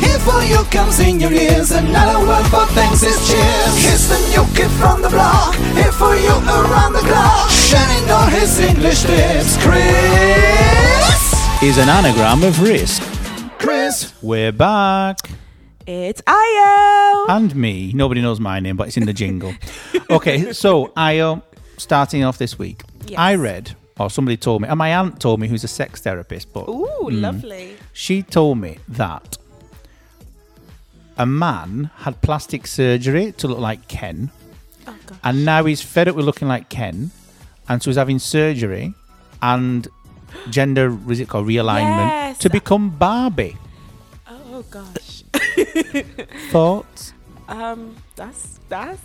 Here for you comes in your ears. Another word for thanks is cheers. Here's the new kid from the block. Here for you around the clock. Shining all his English tips. Chris. Is an anagram of risk. Chris. We're back. It's Io. and me. Nobody knows my name, but it's in the jingle. okay, so Io, starting off this week, Yes. I read, or somebody told me, and my aunt told me, who's a sex therapist, but Ooh, lovely. she told me that a man had plastic surgery to look like Ken, Oh god. and now he's fed up with looking like Ken, and so he's having surgery and gender, what is it called, realignment Yes. to become Barbie. Oh gosh. Thoughts? Um, that's that's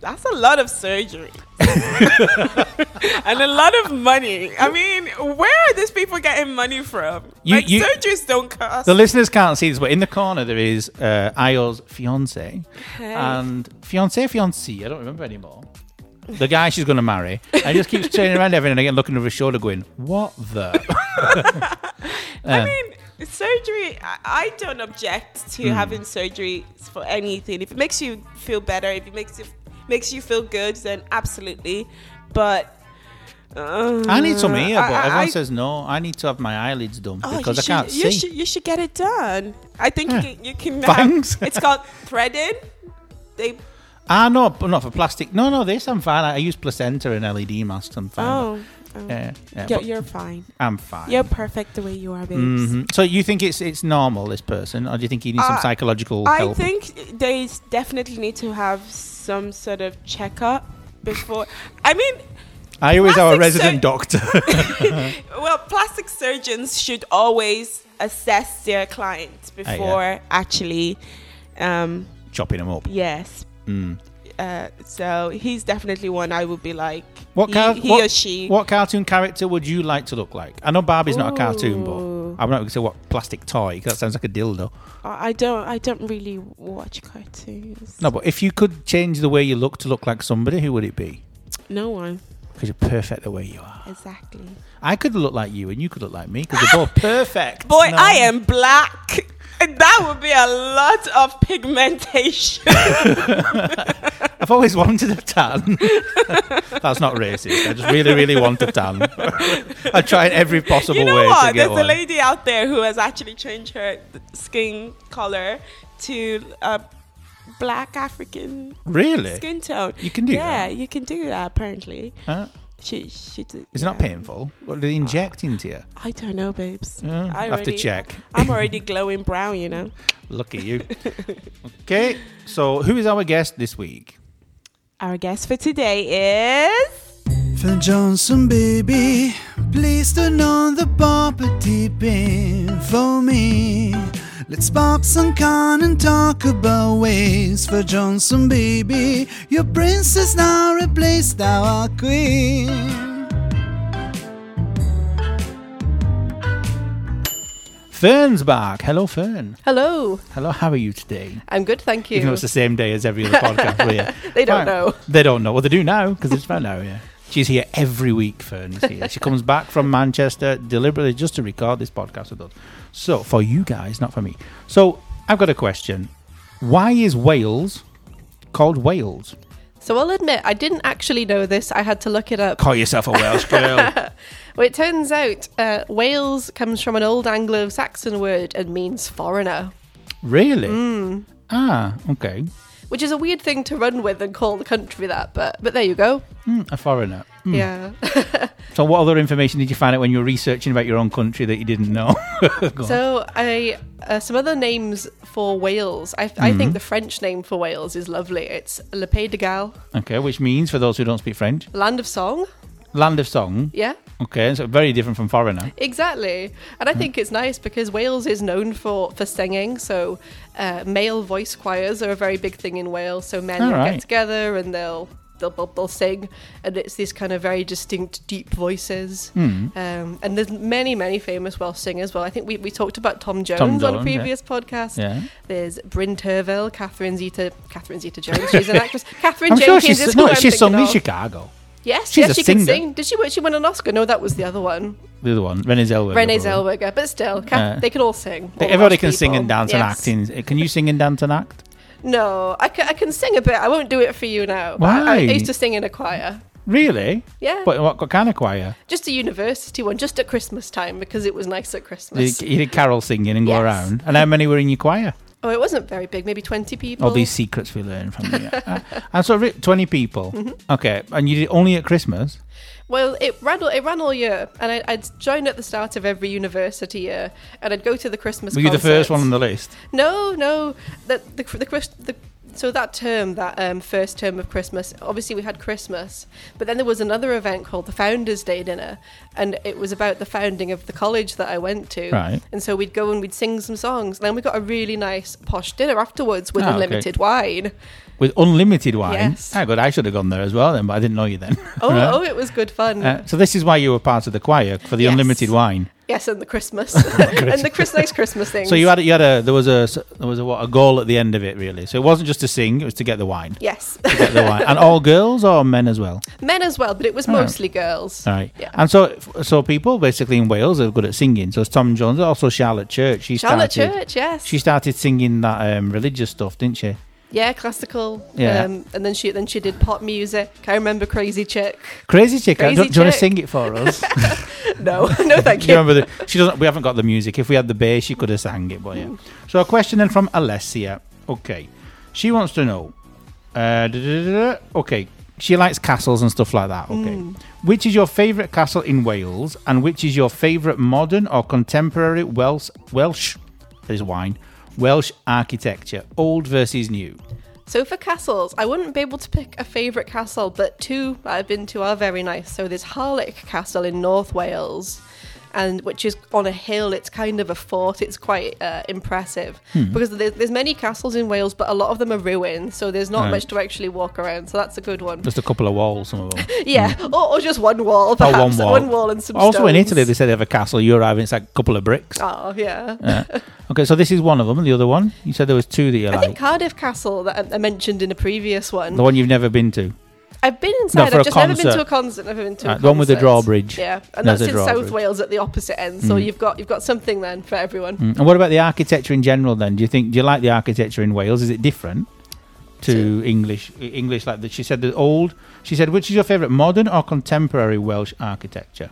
that's a lot of surgery and a lot of money. I mean, where are these people getting money from? You- like you- surgeries don't cost. The listeners can't see this, but in the corner there is uh, Ayo's fiance and fiance, fiancee. I don't remember anymore. The guy she's going to marry, and he just keeps turning around every now and again, looking over his shoulder, going, "What the?" I mean, surgery. I, I don't object Hmm. to having surgery for anything. If it makes you feel better, if it makes you makes you feel good, then absolutely. But uh, I need some here, but I- I- everyone I- says no. I need to have my eyelids done Oh, because I you can't should, see. You should, you should get it done. I think Yeah. you can. You can Thanks. Have, it's called threading. They. Ah, no, but not for plastic. No, no, this I'm fine. I, I use placenta and LED masks. I'm fine. Oh, oh. Yeah, yeah, you're, but you're fine. I'm fine. You're perfect the way you are, babes. Mhm. So you think it's it's normal this person, or do you think he needs some Uh, psychological I help? think they s- definitely need to have some sort of checkup before. I mean, I always have a plastic sur- resident doctor. well, plastic surgeons should always assess their clients Ah, yeah. before actually. Um, chopping them up. Mm. yes. Uh, so he's definitely one I would be like. What he, car- he what, or she? What cartoon character would you like to look like? I know Barbie's not a cartoon, Ooh. but I'm not going to say what plastic toy 'cause that sounds like a dildo. I I don't. I don't really watch cartoons. No, but if you could change the way you look to look like somebody, who would it be? No one Because you're perfect the way you are. exactly. I could look like you, and you could look like me because we're both perfect. Boy, No. I am black. That would be a lot of pigmentation. I've always wanted a tan. That's not racist. I just really, really want a tan. I tried every possible you know way to what? get There's a one. lady out there who has actually changed her th- skin color to a black African Really? skin tone. You can do Yeah, that? you can do that. Apparently, Huh? she she did. It's not yeah. painful. What do they inject into you? I don't know, babes. Yeah, I have to already- check. I'm already glowing brown. You know. Look at you. okay, so who is our guest this week? Our guest for today is. Phil Johnson, baby, please turn on the bumper tipping for me. Let's pop some con and talk about ways. Phil Johnson, baby, your princess now replaced our queen. Fern's back. Hello, Fern. Hello, Hello, how are you today? I'm good, thank Even though you. it's the same day as every other podcast, were you? They don't Fine. know. They don't know. Well, they do now because it's found out, yeah. She's here every week, Fern is here. She comes back from Manchester deliberately just to record this podcast with us. So, for you guys, not for me. So, I've got a question. Why is Wales called Wales? So I'll admit, I didn't actually know this. I had to look it up. Call yourself a Welsh girl. Well, it turns out uh, Wales comes from an old Anglo Saxon word and means foreigner, really? Hmm. Ah, okay. which is a weird thing to run with and call the country that, but, but there you go. Hmm, a foreigner. Yeah. So, what other information did you find out when you were researching about your own country that you didn't know? Go on. so I uh, some other names for Wales. I, I Mm-hmm. think the French name for Wales is lovely. It's Le Pays de Galles, okay, which means for those who don't speak French, land of song. land of song. Yeah. Okay, so very different from foreigner. Exactly, and Hmm. I think it's nice because Wales is known for for singing. So uh, male voice choirs are a very big thing in Wales. So men All will right. get together and they'll. They'll, they'll, they'll sing, and it's these kind of very distinct, deep voices. Hmm. Um, and there's many, many famous Welsh singers. Well, I think we, we talked about Tom Jones, on a Jones, yeah. previous podcast. Yeah. There's Bryn Terfel, Catherine Zeta, Catherine Zeta Jones. She's an actress. Catherine I'm sure Jenkins she's is no, who I'm she's thinking sung in of. Chicago. Yes, She's yes, a she can singer. sing. Did she? win- She won an Oscar. No, that was the other one. The other one, Renee Zellweger. Renee probably. Zellweger. But still, Kath- Uh, they can all sing. all Everybody Welsh can sing and people. dance Yes. and act. In, uh, can you sing and dance and act? No, I ca- I can sing a bit. I won't do it for you now. but I, I Why? used to sing in a choir. Really? Yeah. But what, what kind of choir? Just a university one, just at Christmas time because it was nice at You Christmas. you did carol singing and go Yes. around. And how many were in your choir? oh, it wasn't very big, maybe 20 people. All Oh, these secrets we learn from you. Uh, and so ri- 20 people. Mm-hmm. Okay. And you did it only at Christmas? Well, it ran, it ran all year, and I, I'd join at the start of every university year, and I'd go to the Christmas Were you the first one concerts. on the list? No, no. The the the, Christ- the so that term, that um, first term of Christmas, obviously we had Christmas, but then there was another event called the Founders' Day dinner, and it was about the founding of the college that I went to. Right. And so we'd go and we'd sing some songs. And then we got a really nice posh dinner afterwards with Ah, okay. unlimited wine. With unlimited wine. Yes. Ah, good. I should have gone there as well then, but I didn't know you then. Oh, Right. oh, it was good fun. Uh, so this is why you were part of the choir for the Yes. unlimited wine. yes, and the Christmas and the Chris- nice Christmas things. Oh, So you had a- you had a there was a s- there was a, what, a goal at the end of it really. So it wasn't just to sing; it was to get the wine, yes, get the wine, and all girls or men as well. men as well, but it was right. mostly girls. All right. Yeah. And so so people basically in Wales are good at singing. So it's Tom Jones, also Charlotte Church. She Charlotte started, Church, yes. She started singing that um, religious stuff, didn't she? Yeah, classical. Yeah. Um, and then she then she did pop music. I remember Crazy Chick. Crazy chick. Crazy do, do you want to Chick. sing it for us? No, no, thank Do you you. remember the, she doesn't we haven't got the music if we had the bass she could have sang it but yeah so a question then from alessia okay she wants to know uh, da- da- da- da- okay she likes castles and stuff like that okay Hmm. which is your favorite castle in wales and which is your favorite modern or contemporary welsh welsh there's wine welsh architecture old versus new So for castles, I wouldn't be able to pick a favourite castle, but two that I've been to are very nice. So there's Harlech Castle in North Wales, and which is on a hill. It's kind of a fort. It's quite uh, impressive Hmm. because there's, there's many castles in Wales, but a lot of them are ruined. So there's not Right. much to actually walk around. So that's a good one. just a couple of walls some of them yeah, or, or just one wall, Oh, perhaps one wall. Oh, and some. also in stones. italy they said they have a castle you're having it's like a couple of bricks Oh yeah. Yeah. Okay, so this is one of them. and The other one, you said there was two that you I think like. Cardiff Castle that I- I mentioned in a previous one. The one you've never been to. I've been inside. for a I've just never been concert. to a concert. Never been to a Right, the one with the concert. drawbridge. Yeah, and There's that's a in drawbridge. South Wales at the opposite end. So you've got you've got something then for everyone. Mm. And what about the architecture in general? Then, do you think do you like the architecture in Wales? Is it different to English? English like that? She said the old. She said, which is your favourite, modern or contemporary Welsh architecture?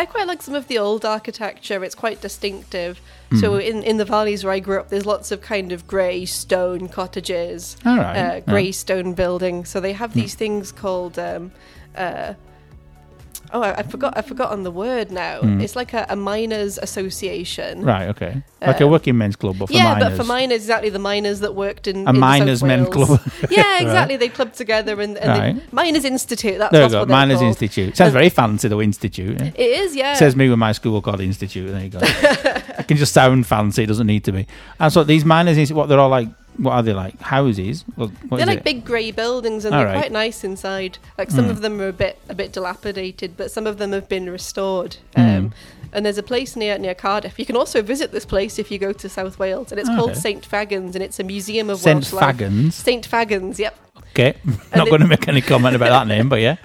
I quite like some of the old architecture. It's quite distinctive. Mm. So in in the valleys where I grew up, there's lots of kind of grey stone cottages, All right, yeah. Mm. uh, grey stone buildings. So they have these things called. Um, uh, Oh, I, I forgot. I've forgotten the word now. Mm. It's like a, a miners' association. Right. Okay. Like a Um, working men's club, but for yeah, miners. but for miners, exactly the miners that worked in A in miners' South men Wales. club. yeah, exactly. They clubbed together and, and they- Right. miners' institute. That's, there you that's go. what they're Miners called. Institute. Sounds very fancy, though. Institute. yeah. It is, yeah. Says me with my school called Institute. There you go. it can just sound fancy. It doesn't need to be. And so these miners, is what they're all like? What are they like? Houses? Well, what they're is like it? big grey buildings, and All they're right. Hmm. quite nice inside. Like some of them are a bit a bit dilapidated, but some of them have been restored. Hmm. Um, And there's a place near near Cardiff. You can also visit this place if you go to South Wales, and it's called Oh, Okay. St Fagans, and it's a museum of St. Welsh life. Fagans? St Fagans, yep. Okay, not it- Uh, going to make any comment about that name, but yeah.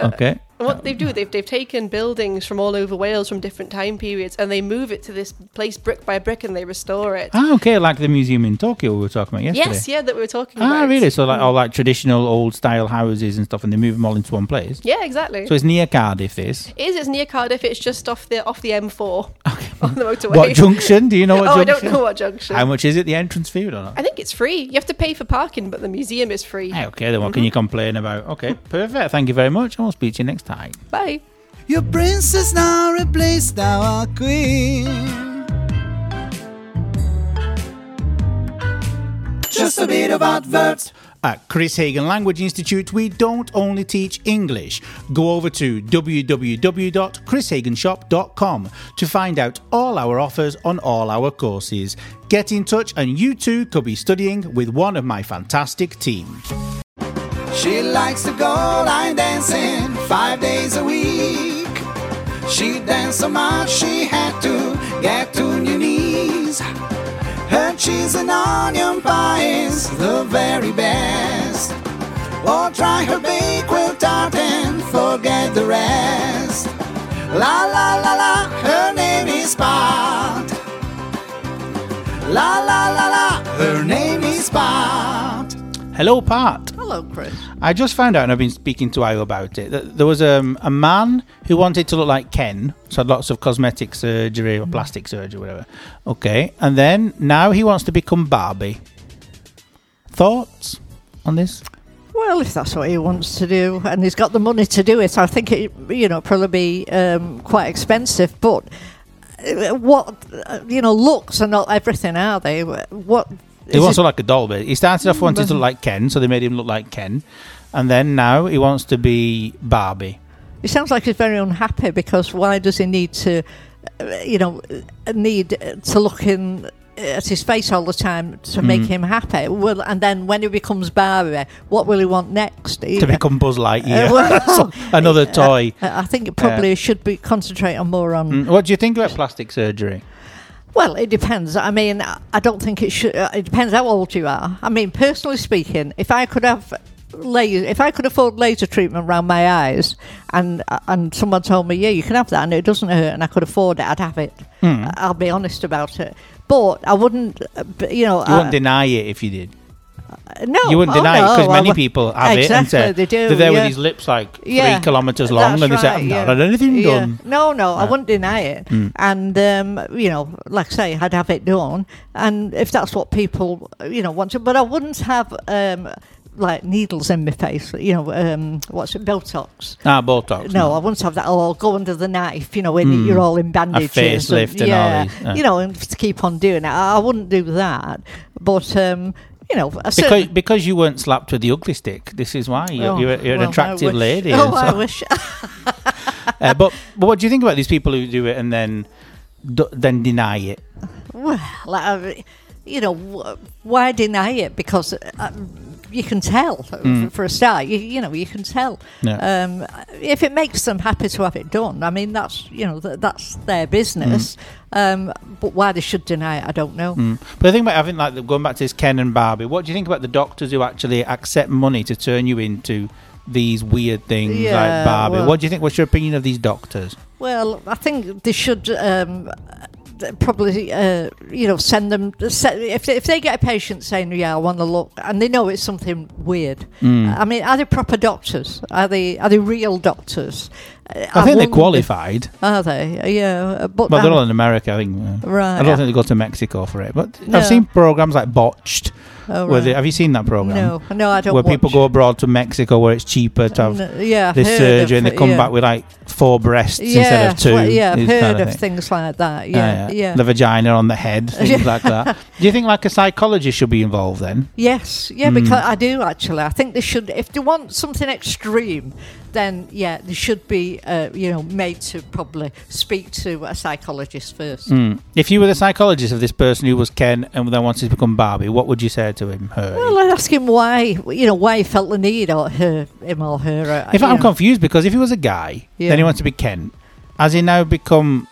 Okay, And what they do, they've, they've taken buildings from all over Wales from different time periods and they move it to this place brick by brick and they restore it. ah, okay, like the museum in Tokyo we were talking about yesterday. yes, yeah, Mm. that we were talking Ah, about. really? So like all like traditional old style houses and stuff, and they move them all into one place. Yeah, exactly. So it's near Cardiff. This it is, it's near Cardiff, it's just off the off the M4 on the motorway. what junction? Do you know what oh, I junction? don't know what junction. How much is it? The entrance fee? I don't know. I think it's free. You have to pay for parking, but the museum is free. Ah, okay, then what can you complain about? Okay, Mm-hmm. perfect. Thank you very much. I will speak to you next time. Bye. Your princess now replaced thou art queen. just a bit of adverts. At Chris Hagen Language Institute, we don't only teach English. Go over to www.chrishagenshop.com to find out all our offers on all our courses. Get in touch, and you too could be studying with one of my fantastic team. She likes to go line dancing five days a week. She danced so much she had to get to new knees. Her cheese and onion pie is the very best. Or try her bakewell tart and forget the rest. La la la la, her name is Pat. La la la la, her name is Pat. Hello, Pat. Hello, Chris. I just found out, and I've been speaking to Io about it, that there was um, a man who wanted to look like Ken, so had lots of cosmetic surgery or Mm. plastic surgery, whatever. Okay, and then now he wants to become Barbie. Thoughts on this? Well, if that's what he wants to do and he's got the money to do it, I think it, you know, probably be um, quite expensive. But uh, what, uh, you know, looks are not everything, are they? What He is wants to it- look like a doll, but he started off wanting to look like Ken, so they made him look like Ken, and then now he wants to be Barbie. It sounds like he's very unhappy because why does he need to, uh, you know, uh, need uh, to look in at his face all the time Hmm. to make him happy? Well, and then when he becomes Barbie, what will he want next? To become Buzz Lightyear, Uh, well, another toy. I think it probably should be concentrate on more on. Mm, What do you think about plastic surgery? Well, it depends. I mean, I I don't think it should. uh, It depends how old you are. I mean, personally speaking, if I could have laser, if I could afford laser treatment around my eyes, and uh, and someone told me, yeah, you can have that, and it doesn't hurt, and I could afford it, I'd have it. Hmm. I'll be honest about it. But I wouldn't, uh, b- you know. You I- wouldn't deny it if you did. no, You wouldn't oh, deny it no, because I many wou- people have exactly, it and say they do. they're there yeah. with his lips like three Yeah, kilometers long, that's and they say, right, "I've yeah. not had anything Yeah. done." Mm. No, no, I wouldn't deny it. And um, you know, like I say, I'd have it done, and if that's what people you know want to, but I wouldn't have um, like needles in my face. You know, um, what's it, Botox. Ah, Botox. No, I wouldn't have that. Or go under the knife, you know, when you're all in bandages. Mm. facelift and all these, uh. yeah. You know, and to keep on doing it. I I wouldn't do that. But, um, you know, I because, certainly- because you weren't slapped with the ugly stick. This is why you're, Oh, you're, you're an well, I attractive wish. lady. Oh, and I so- wish. Uh, but, but what do you think about these people who do it and then d- then deny it? Well, I- you know, wh- why deny it? Because uh, you can tell f- for a start. You, you know, you can tell Yeah. um, if it makes them happy to have it done. I mean, that's you know, th- that's their business. Um, but why they should deny it, I Mm. don't know. But the thing about having like the- going back to this Ken and Barbie, what do you think about the doctors who actually accept money to turn you into these weird things Yeah, like Barbie? well- what do you think? What's your opinion of these doctors? Well, I think they should um, th- probably, uh, you know, send them se- if they, if they get a patient saying, "Yeah, I want to look," and they know it's something weird. Mm. I mean, are they proper doctors? Are they are they real doctors? Uh, I, think they're wonder- qualified, Are they? Yeah, but, but they're um, all in America. I think. uh, right. I don't think they go to Mexico for it. But No. I've seen programs like Botched. oh, Where right. they, have you seen that program? No, no, I don't. where people watch. go abroad to Mexico where it's cheaper to have No, yeah, I've this heard surgery of and they it, come yeah. back with like four breasts instead of Yes, two. well, yeah, I've this heard kind of, thing. things like that. Yeah, Uh, yeah. The vagina on the head, things like that. Do you think like a psychologist should be involved then? Yes, Hmm. yeah, because I do actually. I think they should, if they want something extreme, then yeah, they should be, uh, you know, made to probably speak to a psychologist Hmm. first. If you were the psychologist of this person who was Ken and then wanted to become Barbie, what would you say to him? Her? Well, I'd ask him why, you know, why he felt the need or her, him or her. uh, if you I'm know. confused because if he was a guy, Yeah. then he wants to be Ken. Has he now become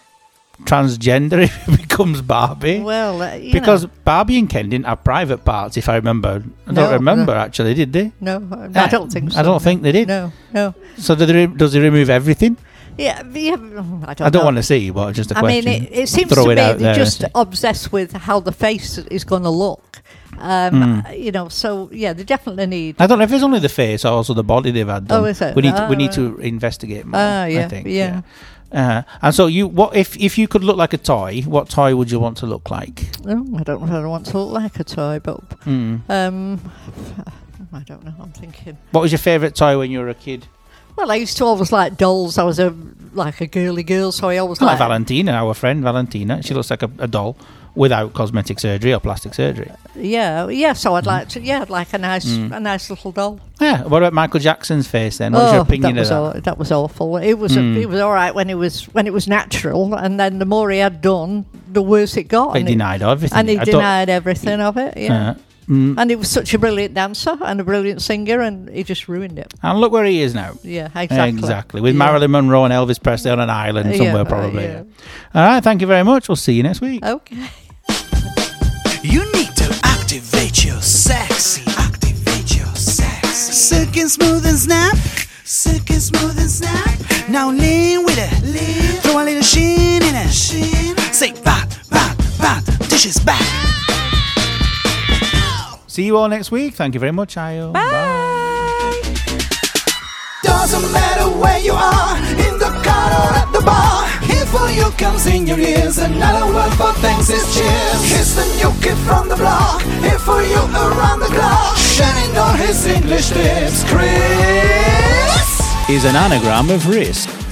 transgender if he becomes Barbie? well, uh, you because Barbie and Ken didn't have private parts, if I remember. I No, don't no. remember actually, did they? Uh, know, no, I don't think. So. Eh, I don't think they did. No, no. So do they re- does he remove everything? Yeah, but yeah, mm, I don't. I don't know. want to see, but just a I question. mean, it, it seems Throw to it me out there they're and just see. obsessed with how the face is going to look. Um, Hmm. You know, so yeah, they definitely need. I don't know if it's only the face or also the body they've had. Oh, done. is it? We need Ah, we need right. to investigate more. Ah, I yeah, think. yeah. Uh, and so you, what if if you could look like a toy? What toy would you want to look like? Oh, I don't know if I want to look like a toy, but Mm. um, I don't know. I'm thinking. What was your favourite toy when you were a kid? Well, I used to always like dolls. I was a like a girly girl, so I always Like liked Valentina, our friend Valentina. She looks like a, a doll without cosmetic surgery or plastic surgery. Yeah, yeah. So Mm. I'd like to. Yeah, I'd like a nice, a nice little doll. Yeah. What about Michael Jackson's face then? What's your opinion Oh, that was of that? Mm. aw- that was awful. It was a, it was all right when it was when it was natural, and then the more he had done, the worse it got. They and it- denied everything. and he I don't- denied everything of it. Yeah. Yeah. Mm. And he was such a brilliant dancer and a brilliant singer, and he just ruined it. And look where he is now. Yeah, exactly. With Yeah. Marilyn Monroe and Elvis Presley on an island Yeah, somewhere, uh, probably. yeah. Uh, All right. Thank you very much. We'll see you next week. Okay. You need to activate your sexy. Activate your sexy. Silk and smooth and snap. Silk and smooth and snap. Now lean with it. Lean. Throw a little sheen in it. Sheen. Say bop, bop, bop. Dishes back. See you all next week. Thank you very much, Ayo. Doesn't matter where you are, in the car or at the bar. Here for you comes in your ears. Another word for thanks is cheers. Here's the new kid from the block. Here for you around the clock. Shining on his English tips. Chris. Is an anagram of risk.